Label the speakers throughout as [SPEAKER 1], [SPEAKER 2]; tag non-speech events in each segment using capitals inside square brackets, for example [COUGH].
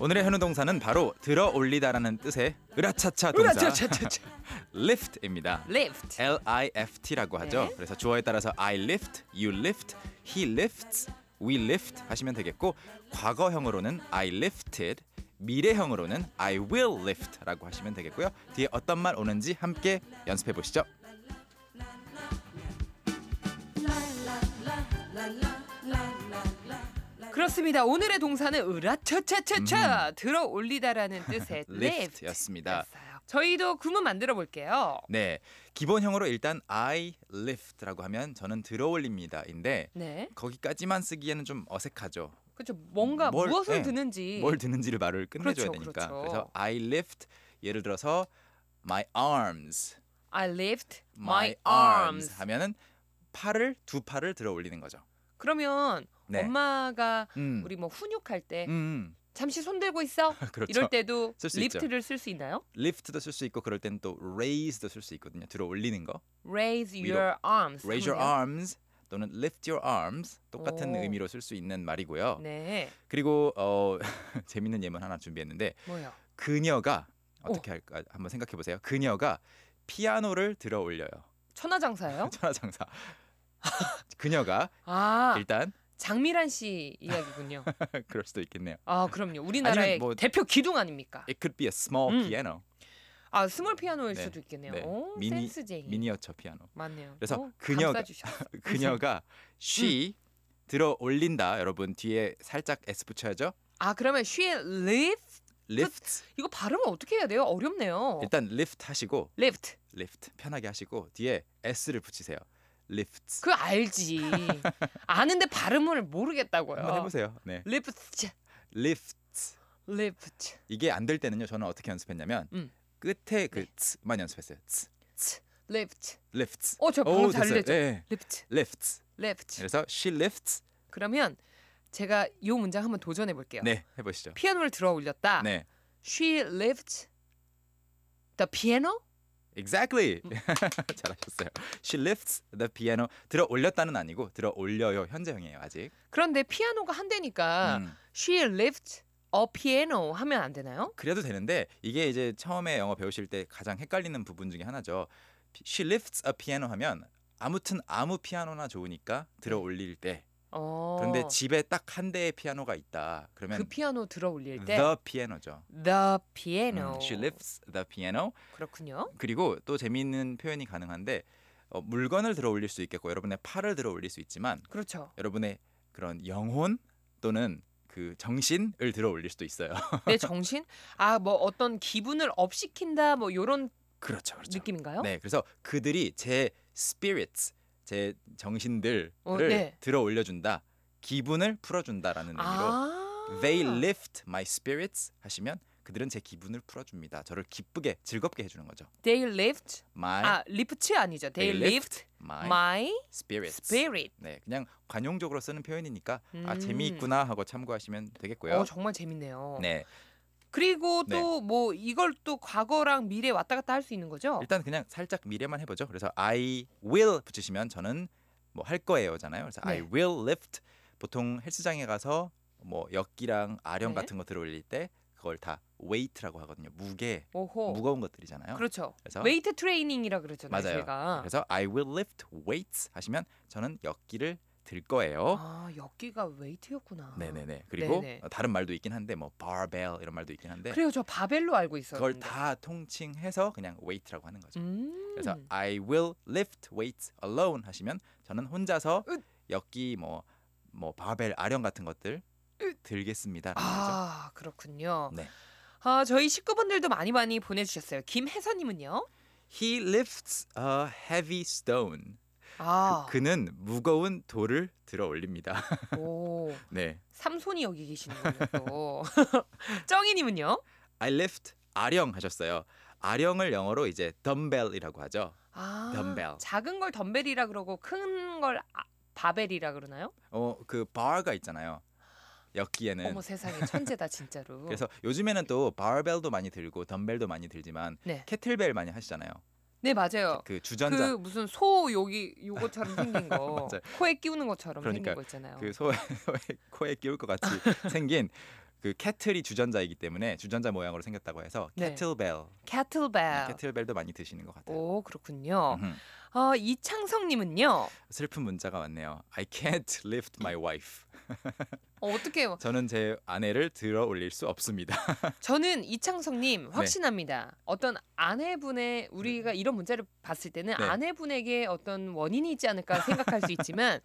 [SPEAKER 1] 오늘의 현우 동사는 바로 들어 올리다라는 뜻의 으라차차 동사 [LAUGHS] lift입니다.
[SPEAKER 2] lift.
[SPEAKER 1] L I F T라고 하죠.
[SPEAKER 2] 네.
[SPEAKER 1] 그래서 주어에 따라서 I lift, you lift, he lifts, we lift 하시면 되겠고 과거형으로는 I lifted, 미래형으로는 I will lift라고 하시면 되겠고요. 뒤에 어떤 말 오는지 함께 연습해 보시죠.
[SPEAKER 2] 그렇습니다. 오늘의 동사는 으라차차차차
[SPEAKER 1] 음.
[SPEAKER 2] 들어 올리다라는
[SPEAKER 1] [LAUGHS]
[SPEAKER 2] 뜻의 lift.
[SPEAKER 1] lift였습니다.
[SPEAKER 2] 였어요. 저희도 구문 만들어 볼게요.
[SPEAKER 1] 네, 기본형으로 일단 I lift라고 하면 저는 들어 올립니다인데
[SPEAKER 2] 네.
[SPEAKER 1] 거기까지만 쓰기에는 좀 어색하죠.
[SPEAKER 2] 그렇죠. 뭔가
[SPEAKER 1] 뭘,
[SPEAKER 2] 무엇을
[SPEAKER 1] 예,
[SPEAKER 2] 드는지.
[SPEAKER 1] 뭘 드는지를 말을 끝내줘야
[SPEAKER 2] 그렇죠,
[SPEAKER 1] 되니까.
[SPEAKER 2] 그렇죠.
[SPEAKER 1] 그래서 I lift 예를 들어서 my arms,
[SPEAKER 2] I lift
[SPEAKER 1] my, arms 하면은 팔을 두 팔을 들어 올리는 거죠.
[SPEAKER 2] 그러면
[SPEAKER 1] 네.
[SPEAKER 2] 엄마가
[SPEAKER 1] 음.
[SPEAKER 2] 우리 뭐 훈육할 때
[SPEAKER 1] 음, [LAUGHS]
[SPEAKER 2] 잠시 손 들고 있어.
[SPEAKER 1] 그렇죠.
[SPEAKER 2] 이럴 때도
[SPEAKER 1] 쓸수 있죠.
[SPEAKER 2] 리프트를 쓸 수 있나요?
[SPEAKER 1] lift도 쓸 수 있고 그럴 땐 또 raise도 쓸 수 있거든요. 들어 올리는 거.
[SPEAKER 2] Raise
[SPEAKER 1] 위로.
[SPEAKER 2] your arms.
[SPEAKER 1] raise your
[SPEAKER 2] 하면요?
[SPEAKER 1] arms 또는 lift your arms 똑같은
[SPEAKER 2] 오.
[SPEAKER 1] 의미로 쓸 수 있는 말이고요.
[SPEAKER 2] 네.
[SPEAKER 1] 그리고 어 [LAUGHS] 재밌는 예문 하나 준비했는데
[SPEAKER 2] 뭐요?
[SPEAKER 1] 그녀가 어떻게 할까 한번 생각해 보세요. 그녀가 피아노를 들어 올려요.
[SPEAKER 2] 천하장사예요?
[SPEAKER 1] [LAUGHS] 천하장사. 그녀가
[SPEAKER 2] 아
[SPEAKER 1] 일단 [LAUGHS]
[SPEAKER 2] 장미란 씨 이야기군요.
[SPEAKER 1] 그럴 수도 있겠네요.
[SPEAKER 2] 아 그럼요. 우리나라의
[SPEAKER 1] 아니면 뭐-
[SPEAKER 2] 대표 기둥 아닙니까?
[SPEAKER 1] It could be a small
[SPEAKER 2] 음.
[SPEAKER 1] piano.
[SPEAKER 2] 아 스몰 피아노일
[SPEAKER 1] 네,
[SPEAKER 2] 수도 있겠네요.
[SPEAKER 1] 네.
[SPEAKER 2] 오,
[SPEAKER 1] 미니-
[SPEAKER 2] 센스쟁이.
[SPEAKER 1] 미니어처
[SPEAKER 2] [LAUGHS]
[SPEAKER 1] 피아노.
[SPEAKER 2] 맞네요.
[SPEAKER 1] 그래서
[SPEAKER 2] 오,
[SPEAKER 1] 그녀가-
[SPEAKER 2] 감싸주셨어.
[SPEAKER 1] 그녀가
[SPEAKER 2] 음.
[SPEAKER 1] she 들어 올린다. 여러분 뒤에 살짝 s 붙여야죠.
[SPEAKER 2] 아 그러면 she lift
[SPEAKER 1] lift.
[SPEAKER 2] 이거 발음을 어떻게 해야 돼요? 어렵네요.
[SPEAKER 1] 일단 lift 하시고
[SPEAKER 2] lift
[SPEAKER 1] lift 편하게 하시고 뒤에 s를 붙이세요. lifts.
[SPEAKER 2] 그
[SPEAKER 1] [LAUGHS]
[SPEAKER 2] 알지. 아는데 발음을 모르겠다고요.
[SPEAKER 1] 한번 해 보세요. 네.
[SPEAKER 2] lift
[SPEAKER 1] lifts.
[SPEAKER 2] lift
[SPEAKER 1] 이게 안 될 때는요. 저는 어떻게 연습했냐면
[SPEAKER 2] 음.
[SPEAKER 1] 끝에 그
[SPEAKER 2] 네.
[SPEAKER 1] ts만 연습했어요. ts.
[SPEAKER 2] lift.
[SPEAKER 1] lifts.
[SPEAKER 2] 어저 방금 잘
[SPEAKER 1] 됐어요.
[SPEAKER 2] 됐죠.
[SPEAKER 1] 예, 예.
[SPEAKER 2] lift
[SPEAKER 1] lifts.
[SPEAKER 2] lift.
[SPEAKER 1] 그래서 she lifts.
[SPEAKER 2] 그러면 제가 요 문장 한번 도전해 볼게요.
[SPEAKER 1] 네, 해 보시죠.
[SPEAKER 2] 피아노를 들어 올렸다.
[SPEAKER 1] 네.
[SPEAKER 2] She lifts the piano.
[SPEAKER 1] Exactly.
[SPEAKER 2] 음.
[SPEAKER 1] [LAUGHS] 잘하셨어요. She lifts the piano. 들어 올렸다는 아니고 들어 올려요. 현재형이에요, 아직.
[SPEAKER 2] 그런데 피아노가 한 대니까
[SPEAKER 1] 음,
[SPEAKER 2] she lifts a piano 하면 안 되나요?
[SPEAKER 1] 그래도 되는데 이게 이제 처음에 영어 배우실 때 가장 헷갈리는 부분 중에 하나죠. She lifts a piano 하면 아무튼 아무 피아노나 좋으니까 들어 올릴 때.
[SPEAKER 2] 네. 어.
[SPEAKER 1] 그런데 집에 딱 한 대의 피아노가 있다. 그러면
[SPEAKER 2] 그 피아노 들어 올릴 때
[SPEAKER 1] the piano죠.
[SPEAKER 2] the
[SPEAKER 1] 음,
[SPEAKER 2] piano.
[SPEAKER 1] she lifts the piano.
[SPEAKER 2] 그렇군요.
[SPEAKER 1] 그리고 또 재미있는 표현이 가능한데 어, 물건을 들어 올릴 수 있겠고 여러분의 팔을 들어 올릴 수 있지만
[SPEAKER 2] 그렇죠.
[SPEAKER 1] 여러분의 그런 영혼 또는 그 정신을 들어 올릴 수도 있어요. [LAUGHS]
[SPEAKER 2] 내 정신? 아 뭐 어떤 기분을 업시킨다 뭐 요런
[SPEAKER 1] 그렇죠,
[SPEAKER 2] 느낌인가요?
[SPEAKER 1] 네, 그래서 그들이 제 spirits, 제 정신들을
[SPEAKER 2] 어, 네.
[SPEAKER 1] 들어 올려준다, 기분을 풀어준다라는 의미로
[SPEAKER 2] 아.
[SPEAKER 1] 네, they lift my spirits 하시면 그들은 제 기분을 풀어줍니다. 저를 기쁘게 즐겁게 해주는 거죠.
[SPEAKER 2] They lift.
[SPEAKER 1] My
[SPEAKER 2] 아 lift 아니죠. They,
[SPEAKER 1] They
[SPEAKER 2] lift,
[SPEAKER 1] lift my,
[SPEAKER 2] my
[SPEAKER 1] spirits.
[SPEAKER 2] spirit.
[SPEAKER 1] 네, 그냥 관용적으로 쓰는 표현이니까 아
[SPEAKER 2] 음.
[SPEAKER 1] 재미있구나 하고 참고하시면 되겠고요.
[SPEAKER 2] 어 정말 재밌네요.
[SPEAKER 1] 네,
[SPEAKER 2] 그리고
[SPEAKER 1] 네.
[SPEAKER 2] 또 뭐 이걸 또 과거랑 미래 왔다 갔다 할 수 있는 거죠?
[SPEAKER 1] 일단 그냥 살짝 미래만 해보죠. 그래서 I will 붙이시면 저는 뭐 할 거예요잖아요. 그래서
[SPEAKER 2] 네.
[SPEAKER 1] I will lift 보통 헬스장에 가서 뭐 역기랑 아령
[SPEAKER 2] 네.
[SPEAKER 1] 같은 거 들어올릴 때 그걸 다 weight라고 하거든요. 무게
[SPEAKER 2] 오호.
[SPEAKER 1] 무거운 것들이잖아요.
[SPEAKER 2] 그렇죠.
[SPEAKER 1] 그래서-
[SPEAKER 2] 웨이트 트레이닝이라 그러잖아요.
[SPEAKER 1] 맞아요.
[SPEAKER 2] 제가.
[SPEAKER 1] 그래서 I will lift weights 하시면 저는 역기를 들 거예요.
[SPEAKER 2] 아 여기가 웨이트였구나.
[SPEAKER 1] 네네네. 그리고
[SPEAKER 2] 네네.
[SPEAKER 1] 어, 다른 말도 있긴 한데 뭐 barbell 이런 말도 있긴 한데
[SPEAKER 2] 그래요. 저 바벨로 알고
[SPEAKER 1] 그걸
[SPEAKER 2] 있었는데.
[SPEAKER 1] 다 통칭해서 그냥 weight라고 하는 거죠.
[SPEAKER 2] 음.
[SPEAKER 1] 그래서 I will lift weights alone 하시면 저는 혼자서
[SPEAKER 2] 으.
[SPEAKER 1] 역기 뭐 뭐 바벨 아령 같은 것들
[SPEAKER 2] 으.
[SPEAKER 1] 들겠습니다.
[SPEAKER 2] 아 그렇군요.
[SPEAKER 1] 네.
[SPEAKER 2] 아 저희 식구분들도 많이 많이 보내주셨어요. 김혜선님은요.
[SPEAKER 1] He lifts a heavy stone.
[SPEAKER 2] 아.
[SPEAKER 1] 그, 는 무거운 돌을 들어 올립니다. [LAUGHS]
[SPEAKER 2] 오.
[SPEAKER 1] 네.
[SPEAKER 2] 삼손이 여기 계시는군요. [LAUGHS] 정희님은요.
[SPEAKER 1] I lift 아령 하셨어요. 아령을 영어로 이제 덤벨이라고 하죠.
[SPEAKER 2] 아.
[SPEAKER 1] 덤벨.
[SPEAKER 2] 작은 걸 덤벨이라 그러고 큰 걸 아, 바벨이라 그러나요?
[SPEAKER 1] 어 그 바가 있잖아요. 역기에는
[SPEAKER 2] 어머 세상에 천재다
[SPEAKER 1] [LAUGHS]
[SPEAKER 2] 진짜로.
[SPEAKER 1] 그래서 요즘에는 또 바벨도 많이 들고 덤벨도 많이 들지만
[SPEAKER 2] 네.
[SPEAKER 1] 캐틀벨 많이 하시잖아요.
[SPEAKER 2] 네 맞아요.
[SPEAKER 1] 그
[SPEAKER 2] 그
[SPEAKER 1] 주전자
[SPEAKER 2] 무슨 소 여기 요거처럼 생긴 거
[SPEAKER 1] [LAUGHS] 맞아요.
[SPEAKER 2] 코에 끼우는 것처럼
[SPEAKER 1] 그러니까요.
[SPEAKER 2] 생긴 거 있잖아요.
[SPEAKER 1] 그 [LAUGHS] 소의 코에 끼울 것
[SPEAKER 2] [LAUGHS]
[SPEAKER 1] 같이 생긴 그 캐틀이 주전자이기 때문에 주전자 모양으로 생겼다고 해서
[SPEAKER 2] 네.
[SPEAKER 1] 캐틀벨 네,
[SPEAKER 2] 캐틀벨.
[SPEAKER 1] 캐틀벨도 많이 드시는 것 같아요.
[SPEAKER 2] 오 그렇군요.
[SPEAKER 1] 음흠.
[SPEAKER 2] 어, 이창성님은요. 어,
[SPEAKER 1] 슬픈 문자가 왔네요. I can't lift my wife.
[SPEAKER 2] 어, 어떻게
[SPEAKER 1] 저는 제 아내를 들어 올릴 수 없습니다.
[SPEAKER 2] 저는
[SPEAKER 1] 네.
[SPEAKER 2] 이창성님 확신합니다. 어떤 아내분의 우리가 이런 문자를 봤을 때는
[SPEAKER 1] 네.
[SPEAKER 2] 아내분에게 어떤 원인이 있지 않을까 생각할 수
[SPEAKER 1] [LAUGHS]
[SPEAKER 2] 있지만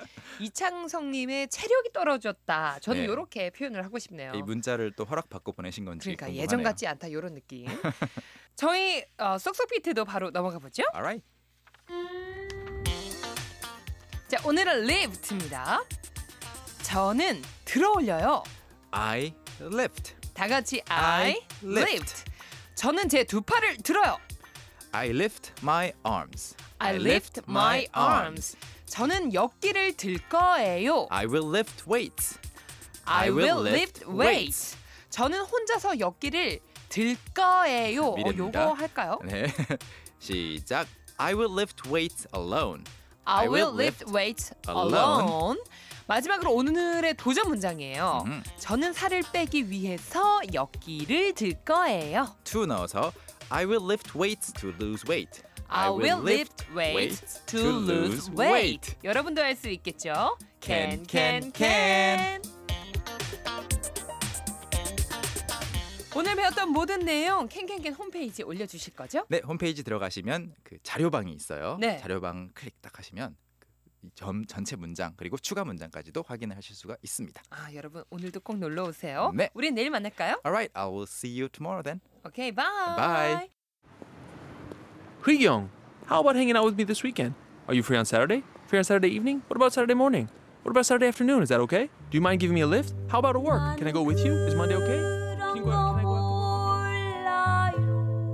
[SPEAKER 2] 이창성님의 체력이 떨어졌다. 저는
[SPEAKER 1] 네. 아,
[SPEAKER 2] 이렇게 표현을 하고 싶네요.
[SPEAKER 1] 이 문자를 또 허락받고 보내신 건지
[SPEAKER 2] 어. 그러니까
[SPEAKER 1] 궁금하네요.
[SPEAKER 2] 예전 같지 않다 이런
[SPEAKER 1] [LAUGHS]
[SPEAKER 2] 느낌. 저희 어, 쏙쏙 비트도 바로 넘어가 보죠.
[SPEAKER 1] Alright.
[SPEAKER 2] 자 오늘은 리프트입니다. 저는 들어올려요.
[SPEAKER 1] I lift.
[SPEAKER 2] 다 같이
[SPEAKER 1] I
[SPEAKER 2] I,
[SPEAKER 1] lift.
[SPEAKER 2] lift. 저는 제 두 팔을 들어요.
[SPEAKER 1] I lift my arms.
[SPEAKER 2] I lift my arms. 저는 역기를 들 거예요.
[SPEAKER 1] I will lift weights.
[SPEAKER 2] I will lift weights. 저는 혼자서 역기를 들 거예요. 어,
[SPEAKER 1] 미래입니다.
[SPEAKER 2] 요거 할까요?
[SPEAKER 1] 네. [LAUGHS] 시작. I will lift weights alone. I
[SPEAKER 2] I will
[SPEAKER 1] will
[SPEAKER 2] lift weights
[SPEAKER 1] alone.
[SPEAKER 2] alone. 마지막으로 오늘의 도전 문장이에요.
[SPEAKER 1] 음,
[SPEAKER 2] 저는 살을 빼기 위해서 역기를 들 거예요.
[SPEAKER 1] to 넣어서 I will lift weights to lose weight.
[SPEAKER 2] I will lift weights to lose weight. 여러분도 할 수 있겠죠?
[SPEAKER 1] Can,
[SPEAKER 2] Can
[SPEAKER 1] can,
[SPEAKER 2] can
[SPEAKER 1] can.
[SPEAKER 2] can. 오늘 배웠던 모든 내용 캔캔캔 홈페이지에 올려주실 거죠?
[SPEAKER 1] 네, 홈페이지 들어가시면 그 자료방이 있어요.
[SPEAKER 2] 네.
[SPEAKER 1] 자료방 클릭 딱 하시면 그점 전체 문장 그리고 추가 문장까지도 확인하실 수가 있습니다.
[SPEAKER 2] 아 여러분 오늘도 꼭 놀러 오세요.
[SPEAKER 1] 네.
[SPEAKER 2] 우리 내일 만날까요?
[SPEAKER 1] Alright, I will see you tomorrow then.
[SPEAKER 2] 오케이 바이.
[SPEAKER 1] Bye.
[SPEAKER 3] Young, how about hanging out with me this weekend? Are you free on Saturday? Free on Saturday evening? What about Saturday morning? What about Saturday afternoon? Is that okay? Do you mind giving me a lift? How about at work? Can I go with you? Is Monday okay? Can you go out? Can I go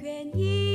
[SPEAKER 4] 괜히